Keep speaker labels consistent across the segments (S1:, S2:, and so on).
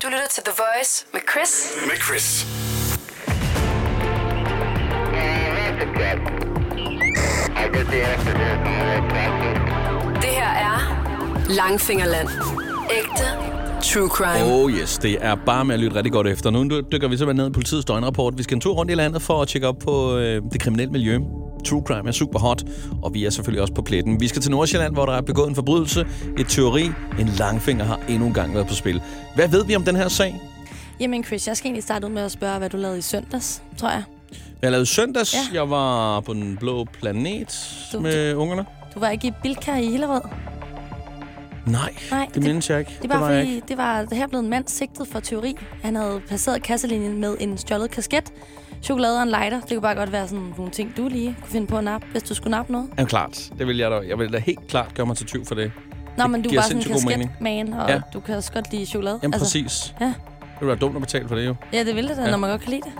S1: Du lytter til The Voice med Chris.
S2: Med Chris.
S1: Det her er Langfingerland. Ægte true crime.
S3: Oh yes, det er bare med at lytte rigtig godt efter. Nu dykker vi simpelthen ned i politiets døgnrapport. Vi skal en tur rundt i landet for at tjekke op på øh, det kriminelle miljø. True crime er super hot, og vi er selvfølgelig også på pletten. Vi skal til Nordsjælland, hvor der er begået en forbrydelse, et teori, en langfinger har endnu en gang været på spil. Hvad ved vi om den her sag?
S4: Jamen Chris, jeg skal egentlig starte ud med at spørge, hvad du lavede i søndags, tror jeg.
S3: Jeg lavede i søndags. Ja.
S4: Ja.
S3: Jeg var på den blå planet
S4: Du-
S3: med ungerne.
S4: Du var ikke i Bilka i Hillerød.
S3: Nej,
S4: Nej,
S3: det, det
S4: det-
S3: mindes jeg ikke.
S4: Det var,
S3: var jeg ikke.
S4: fordi, det var her blevet en mand sigtet for teori. Han havde passeret kasselinjen med en stjålet kasket, chokolade og en lighter. Det kunne bare godt være sådan nogle ting, du lige kunne finde på at nappe, hvis du skulle nappe noget.
S3: Jamen klart, det vil jeg da. Jeg vil da helt klart gøre mig til tyv for det.
S4: Nå,
S3: Det
S4: men du
S3: giver
S4: var sådan en
S3: sindssygt god mening.
S4: kasketman, og
S3: Ja.
S4: ja. du kan også godt lide chokolade.
S3: Jamen altså, præcis.
S4: ja.
S3: Det ville være dumt at betale for det jo.
S4: Ja, det ville det da,
S3: Ja.
S4: ja. når man godt kan lide det.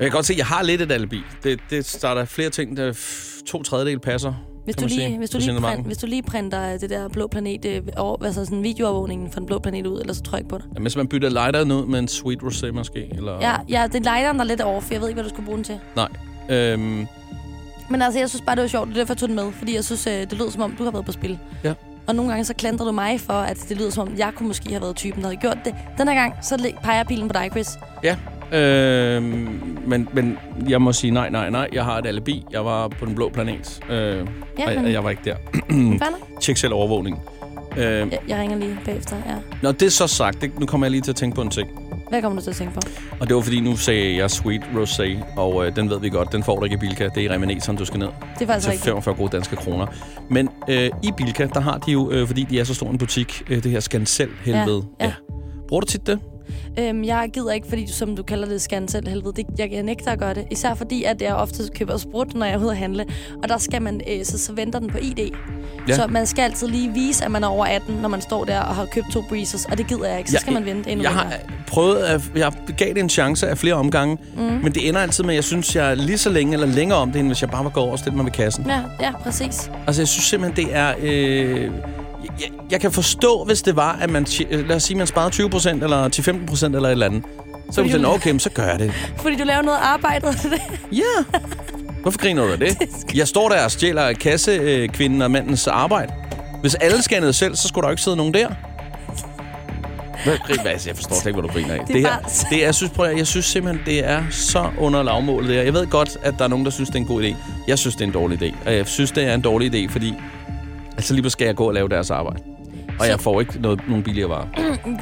S3: Jeg kan godt se, at jeg har lidt et alibi. Det, det starter flere ting, der f- to tredjedel passer.
S4: Hvis
S3: kan
S4: du,
S3: man sige,
S4: lige, hvis, du
S3: på
S4: lige
S3: signalementen.
S4: print, hvis du lige printer øh, det der blå planet, øh, over, altså sådan videoovervågningen fra den blå planet ud, eller så tror jeg ikke på dig.
S3: Jamen, hvis man bytter lighteren ud med en sweet rosé måske, eller...
S4: Ja, ja, det er lighteren, der er lidt over, for jeg ved ikke, hvad du skulle bruge den til.
S3: Nej. Øhm,
S4: Men altså, jeg synes bare, det var sjovt, det er derfor, jeg tog den med. Fordi jeg synes, øh, det lød som om, du har været på spil.
S3: Ja.
S4: Og nogle gange så klandrer du mig for, at det lyder som om, jeg kunne måske have været typen, der havde gjort det. Den her gang, så læ- peger pilen på dig, Chris.
S3: ja. Øhm, men, men jeg må sige nej, nej, nej. Jeg har et alibi. Jeg var på den blå planet, øh, ja, og jeg,
S4: men-
S3: jeg var ikke der.
S4: Fair nok.
S3: Tjek selv overvågning. Øh, ja.
S4: Jeg, jeg ringer lige bagefter, ja.
S3: Når det er så sagt, det, nu kommer jeg lige til at tænke på en ting.
S4: Hvad kommer du til at tænke på?
S3: Og det var fordi, nu sagde jeg sweet rosé, og øh, den ved vi godt, den får du ikke i Bilka. Det er i Remineseren, du skal ned.
S4: Det er faktisk
S3: til
S4: rigtigt.
S3: 45 Altså, gode danske kroner. Men øh, i Bilka, der har de jo, øh, fordi de er så stor en butik, øh, det her Skansel-helvede.
S4: Ja, ja.
S3: Bruger du tit det?
S4: Øhm, jeg gider ikke, fordi du, som du kalder det, scan selv helvede. Det, jeg, jeg nægter at gøre det. Især fordi, at jeg ofte køber sprut, når jeg er ude at handle. Og der skal man, øh, så, så venter den på ID.
S3: Ja.
S4: Ja. Så man skal altid lige vise, at man er over 18, når man står der og har købt to breezers. Og det gider jeg ikke. Så
S3: Jeg-
S4: skal man vente endnu
S3: Jeg har
S4: længere.
S3: øh, prøvet, at jeg gav det en chance af flere omgange, mm. men det ender altid med, at jeg synes, jeg er lige så længe eller længere om det, end hvis jeg bare var gået over og stille mig ved kassen.
S4: Ja, ja, præcis.
S3: Altså, jeg synes simpelthen, det er... Øh, jeg, jeg- jeg kan forstå, hvis det var, at man... tje- øh, Lad os sige, man sparede 20 procent, eller 10-15 procent, eller et eller andet. Så er man
S4: Fordi
S3: sådan,
S4: du-
S3: okay, men så gør jeg det.
S4: Fordi du laver noget arbejde.
S3: Ja. Hvorfor griner du af det? Jeg står der og stjæler kassekvinden og mandens arbejde. Hvis alle scannede selv, så skulle der jo ikke sidde nogen der. Hvad griner altså, Jeg forstår slet ikke, hvad du griner af.
S4: er
S3: Det, her,
S4: bare så-
S3: det er, jeg, synes, prøv, at høre, jeg synes simpelthen, det er så under lavmålet. Det her. Jeg ved godt, at der er nogen, der synes, det er en god idé. Jeg synes, det er en dårlig idé. Og jeg synes, det er en dårlig idé, fordi... Altså lige pludselig skal jeg gå og lave deres arbejde. Og
S4: Så-
S3: jeg får ikke noget, nogen billigere varer.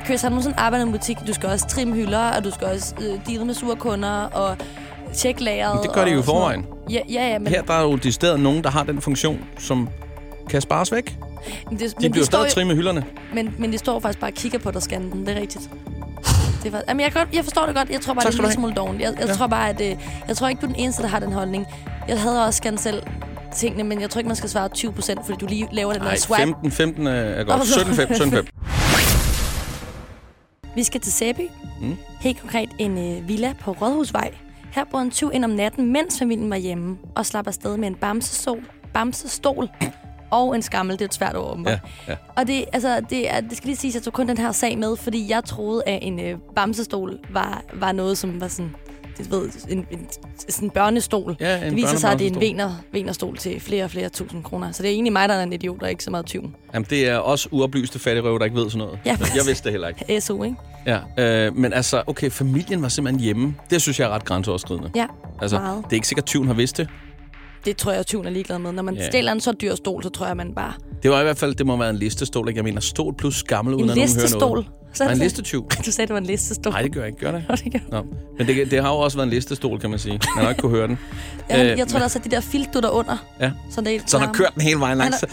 S4: Chris, har du nogensinde arbejdet i en butik? Du skal også trimme hylder, og du skal også øh, deale med sure kunder, og tjekke lageret.
S3: Men det gør de
S4: og
S3: jo i
S4: sådan noget.
S3: forvejen.
S4: Ja, ja, ja men,
S3: Her der er jo decideret nogen, der har den funktion, som kan spares væk. De
S4: men det,
S3: men
S4: men
S3: bliver
S4: står
S3: stadig
S4: jo-
S3: trimme hylderne.
S4: Men, men de står faktisk bare og kigger på dig, scanner den. Det er rigtigt. Det var, jamen, jeg, kan godt, jeg forstår det godt. Jeg tror bare,
S3: Tak
S4: det er
S3: skal
S4: en
S3: du
S4: lille smule
S3: have.
S4: doven. Jeg, jeg
S3: Ja.
S4: ja. tror bare, at... Øh, jeg tror ikke, du er den eneste, der har den holdning. Jeg havde også scannet selv tingene, men jeg tror ikke, man skal svare 20 procent, fordi du lige laver den
S3: Nej,
S4: der swag.
S3: 15, 15 er, er godt.
S4: Nå,
S3: 17, 5, 17, 5.
S4: Vi skal til Sæby.
S3: Mm.
S4: Mm. Helt konkret en øh, villa på Rådhusvej. Her brød en tyv ind om natten, mens familien var hjemme, og slap afsted med en bamsesol, bamsestol og en skammel. Det er et svært ord, åbenbart.
S3: Ja, ja.
S4: Og det, altså, det, er, det skal lige siges, at jeg tog kun den her sag med, fordi jeg troede, at en øh, bamsestol var, var noget, som var sådan, det ved, en, en, sådan en børnestol.
S3: Ja, en
S4: det viser sig, at det er en
S3: børnebamsestol.
S4: vener, venerstol til flere og flere tusind kroner. Så det er egentlig mig, der er en idiot, og ikke så meget tyven.
S3: Jamen, det er også uoplyste fattigrøve, der ikke ved sådan noget.
S4: Ja,
S3: jeg
S4: præcis.
S3: vidste det heller ikke.
S4: SO, ikke?
S3: Ja, øh, men altså, okay, familien var simpelthen hjemme. Det synes jeg er ret grænseoverskridende.
S4: Ja,
S3: altså,
S4: meget.
S3: det er ikke sikkert, at tyven har vidst det.
S4: Det tror jeg, at tyven er ligeglad med. Når man
S3: Ja.
S4: yeah. stjæler en så dyr stol, så tror jeg, man bare...
S3: Det var i hvert fald, det må være en listestol, ikke? Jeg mener, stol plus gammel, uden
S4: En
S3: at nogen hører
S4: listestol.
S3: noget.
S4: Så
S3: Nej, en
S4: sagde-
S3: listetyv.
S4: Du sagde, det var en listestol.
S3: Nej, det gør jeg ikke. Gør det?
S4: Nå, det gør jeg.
S3: Nå. Men det, det har jo også været en listestol, kan man sige. Man har ikke kunne høre den.
S4: Ja,
S3: Øh,
S4: jeg tror da også, at de der filtdutter under.
S3: Ja.
S4: Så det er
S3: Så han har kørt den hele vejen langs.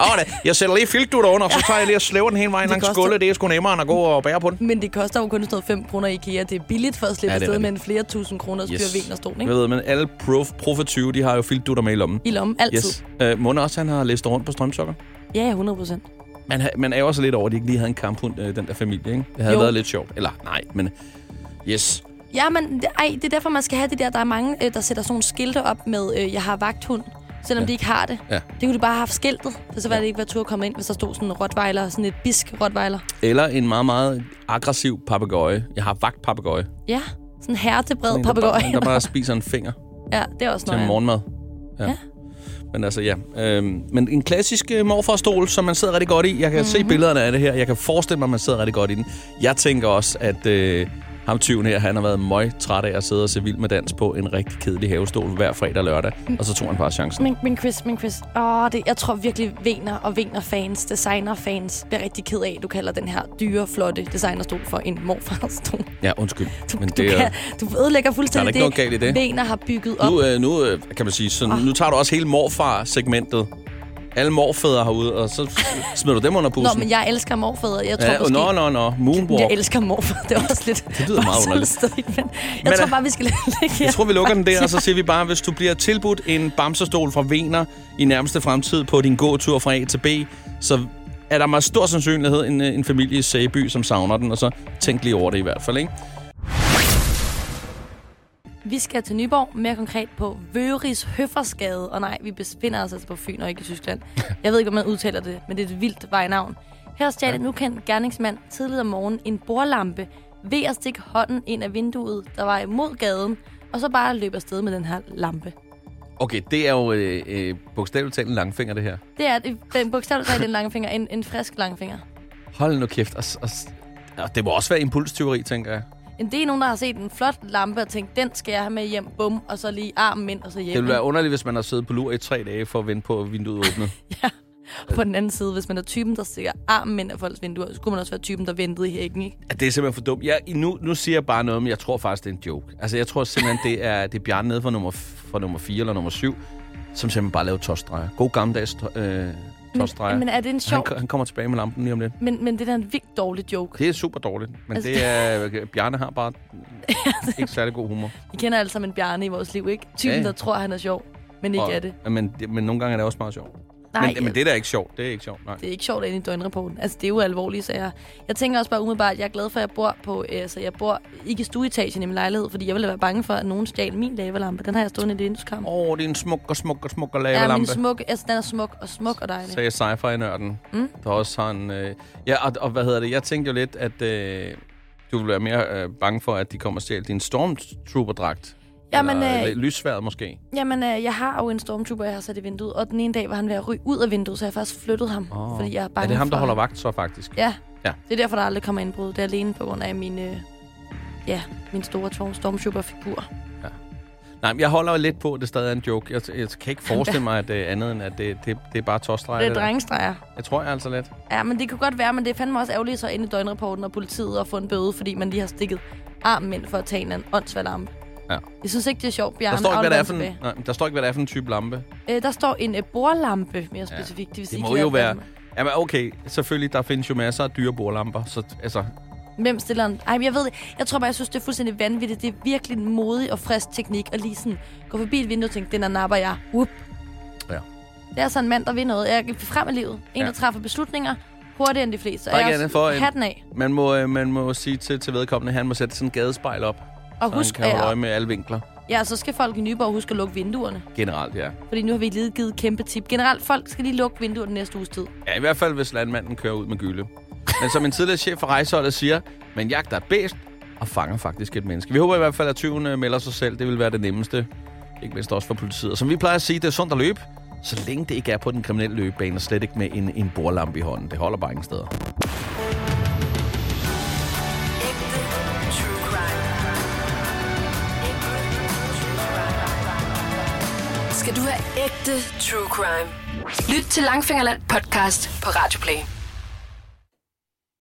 S3: Åh, det. Jeg sætter lige filtdutter under, så tager jeg lige og slæver den hele vejen langs
S4: koster-
S3: gulvet. Det er sgu nemmere end at gå og bære på den.
S4: Men det koster jo kun sådan 5 kroner i IKEA. Det er billigt for at slippe
S3: Ja, det er
S4: afsted med en
S3: rigtigt.
S4: flere tusind kroner yes. og stol,
S3: Jeg
S4: ikke?
S3: ved, men alle prof, prof 20, de har jo filtdutter med i lommen.
S4: I lommen, altid.
S3: Yes. Øh, Munde også, han har læst rundt på strømsokker.
S4: Ja, ja, 100 procent.
S3: Man, ha- man er jo også lidt over, at de ikke lige havde en kamphund, øh, den der familie, ikke? Det havde jo.
S4: Jo.
S3: været lidt sjovt. Eller nej, men yes.
S4: Ja, men det- ej, det er derfor, man skal have det der. Der er mange, øh, der sætter sådan nogle skilte op med, øh, jeg har vagthund. selvom ja. de ikke har det.
S3: Ja.
S4: Det kunne de bare have haft skiltet, for så var ja. det ikke været tur at komme ind, hvis der stod sådan en rottweiler, sådan et bisk rottweiler.
S3: Eller en meget, meget aggressiv papegøje. Jeg har vagt papegøje.
S4: Ja, sådan en hertebred
S3: En, der,
S4: papegøje.
S3: bare- en, der bare spiser en finger
S4: Ja, det er også
S3: til
S4: noget.
S3: morgenmad.
S4: Øhm, Ja.
S3: Men altså, ja. Øhm, men en klassisk øh, morfarstol, som man sidder rigtig godt i. Jeg kan mm-hmm.
S4: Mhm.
S3: se billederne af det her. Jeg kan forestille mig, at man sidder rigtig godt i den. Jeg tænker også, at øh, ham tyven her, han har været møg træt af at sidde og se vild med dans på en rigtig kedelig havestol hver fredag og lørdag.
S4: Mm.
S3: Og så tog han bare chancen.
S4: Men, men Chris, men Chris, åh, det, jeg tror virkelig, vener og vener fans, designer fans, bliver rigtig ked af, at du kalder den her dyre, flotte designerstol for en morfarstol.
S3: Ja, undskyld.
S4: Du,
S3: men
S4: du,
S3: det er...
S4: kan, du ødelægger fuldstændig
S3: ikke noget galt i det.
S4: Vener har bygget op.
S3: Nu, øh, nu øh, kan man sige, sådan, nu tager du også hele morfar-segmentet. Alle morfædre herude, og så smider du dem under
S4: Nå,
S3: bussen.
S4: men jeg elsker morfædre. Jeg tror
S3: Ja,
S4: måske...
S3: nå, nå, nå. Moonwalk.
S4: Jeg elsker morfar. Det er også lidt...
S3: Det lyder meget underligt.
S4: Sted, men jeg
S3: Men,
S4: men, tror
S3: øh,
S4: bare, vi skal lægge
S3: Jeg tror, vi lukker den der, og så siger vi bare, at hvis du bliver tilbudt en bamserstol fra Vener i nærmeste fremtid på din gåtur fra A til B, så er der meget stor sandsynlighed en, øh, en familie i Sæby, som savner den, og så tænk lige over det i hvert fald, ikke?
S4: Vi skal til Nyborg, mere konkret på Vøris Høffersgade. Og nej, vi befinder os altså på Fyn og ikke i Tyskland. Jeg ved ikke, hvordan man udtaler det, men det er et vildt vejnavn. Her stjal en ukendt gerningsmand tidligere om morgenen en bordlampe ved at stikke hånden ind af vinduet, der var imod gaden, og så bare løbe afsted med den her lampe.
S3: Okay, det er jo øh, øh, bogstaveligt talt en langfinger, det her.
S4: Det er den bogstaveligt talt en langfinger, en, en frisk langfinger.
S3: Hold nu kæft. Og, s- og, s- og det må også være impulstyveri, tænker jeg.
S4: En del er nogen, der har set en flot lampe og tænkt, den skal jeg have med hjem, bum, og så lige armen ind, og så hjem.
S3: Det ville være underligt, hvis man har siddet på lur i tre dage for at vente på, at vinduet åbnede.
S4: Ja. Og på den anden side, hvis man er typen, der stikker armen ind af folks vinduer, så kunne man også være typen, der ventede i hækken, ikke?
S3: Ja, det er simpelthen for dumt. Jeg, nu, nu siger jeg bare noget, men jeg tror faktisk, det er en joke. Altså, jeg tror simpelthen, det er, det er Bjarne nede fra nummer, f- fra nummer 4 eller nummer 7, som simpelthen bare laver tostdrejer. God gammeldags to, øh, tostdrejer.
S4: men er det en sjov...
S3: Han, han kommer tilbage med lampen lige om lidt.
S4: Men, men det er da en vildt dårlig joke.
S3: Det er super dårligt, men
S4: Altså-
S3: altså, det er... Bjarne har bare ikke særlig god humor.
S4: Vi kender alle sammen en bjarne i vores liv, ikke? Typen,
S3: Ja, ja.
S4: der tror, han er sjov, men ikke er det.
S3: Og, men, det- men nogle gange er det også meget sjovt.
S4: Nej,
S3: men, men det er da ikke sjovt. Det er ikke sjovt, nej.
S4: det er ikke sjovt at ind i døgnrapporten. Altså, det er jo alvorlige sager. Jeg tænker også bare umiddelbart, at jeg er glad for, at jeg bor på, øh, så jeg bor ikke i stueetagen i min lejlighed, fordi jeg ville være bange for, at nogen stjal min lavelampe. Den har jeg stående i det vindueskamp.
S3: Åh, oh, det er en smuk og smuk og smuk og
S4: Ja, min
S3: lavelampe.
S4: smuk, altså, den er smuk og smuk og dejlig.
S3: sagde sci-fi-nørden, mm. der også har en... Øh, ja, og, og hvad hedder det? Jeg tænkte jo lidt, at øh, du ville være mere øh, bange for, at de kommer og stjæler din stormtrooper-dragt.
S4: Jamen,
S3: Eller,
S4: øh,
S3: øh, lysværet måske.
S4: Jamen, øh, jeg har jo en stormtrooper, jeg har sat i vinduet, og den ene dag var han ved at ryge ud af vinduet, så jeg faktisk flyttede ham, oh. fordi jeg er bange
S3: Er det ham, der
S4: for
S3: holder vagt så, faktisk?
S4: Ja.
S3: Ja.
S4: ja. Det er derfor, der aldrig kommer indbrud. Det er alene på grund af min, øh, ja, min store tor- stormtrooper-figur.
S3: Nej, men jeg holder jo lidt på, at det stadig er en joke. Jeg, jeg kan ikke forestille mig, at det er andet end, at det, det, det er bare tostreger.
S4: Det er drengestreger.
S3: Jeg tror jeg altså lidt.
S4: Ja, men det kunne godt være, men det fandt mig også ærgerligt så ind i døgnrapporten og politiet og få en bøde, fordi man lige har stikket armen ind for at tage en eller anden åndssvær lampe.
S3: Ja.
S4: Jeg synes ikke, det er sjovt, Bjarne.
S3: Der står, ikke, hvad det er for en,
S4: Afleverer
S3: nej, der står ikke, hvad det er for en type lampe.
S4: tilbage. øh, der står en øh, bordlampe, mere specifikt. Ja.
S3: Det må jo være... Jamen, okay, selvfølgelig, der findes jo masser af dyre bordlamper, så altså,
S4: Hvem stiller en... Ej, men jeg ved det. Jeg tror bare, jeg synes, det er fuldstændig vanvittigt. Det er virkelig en modig og frisk teknik at lige sådan gå forbi et vindue og tænke, den her napper jeg. Whoop.
S3: Ja.
S4: Det er sådan en mand, der vil noget. Jeg er frem i livet. En,
S3: Ja.
S4: ja. der træffer beslutninger hurtigere end de fleste.
S3: Der er
S4: Og
S3: ikke
S4: jeg
S3: andet for end-
S4: Hatten af.
S3: Man må, øh, man må sige til, til vedkommende, at han må sætte sådan en gadespejl op.
S4: Og
S3: så
S4: husk,
S3: han kan holde
S4: at-
S3: øje med alle vinkler.
S4: Ja, så skal folk i Nyborg huske at lukke vinduerne.
S3: Generelt, ja.
S4: Fordi nu har vi lige givet kæmpe tip. Generelt, folk skal lige lukke vinduerne den næste uges tid.
S3: Ja, i hvert fald, hvis landmanden kører ud med gylde. Men som en tidligere chef for rejseholdet siger, man jagter et bæst og fanger faktisk et menneske. Vi håber i hvert fald, at tyven øh, melder sig selv. Det vil være det nemmeste. Ikke mindst også for politiet. Og som vi plejer at sige, det er sundt at løbe, så længe det ikke er på den kriminelle løbebane, og slet ikke med en, en bordlampe i hånden. Det holder bare ingen steder.
S1: Ægte true crime. Ægte true crime. Skal du have ægte true crime? Lyt til Langfingerland podcast på Radio Play.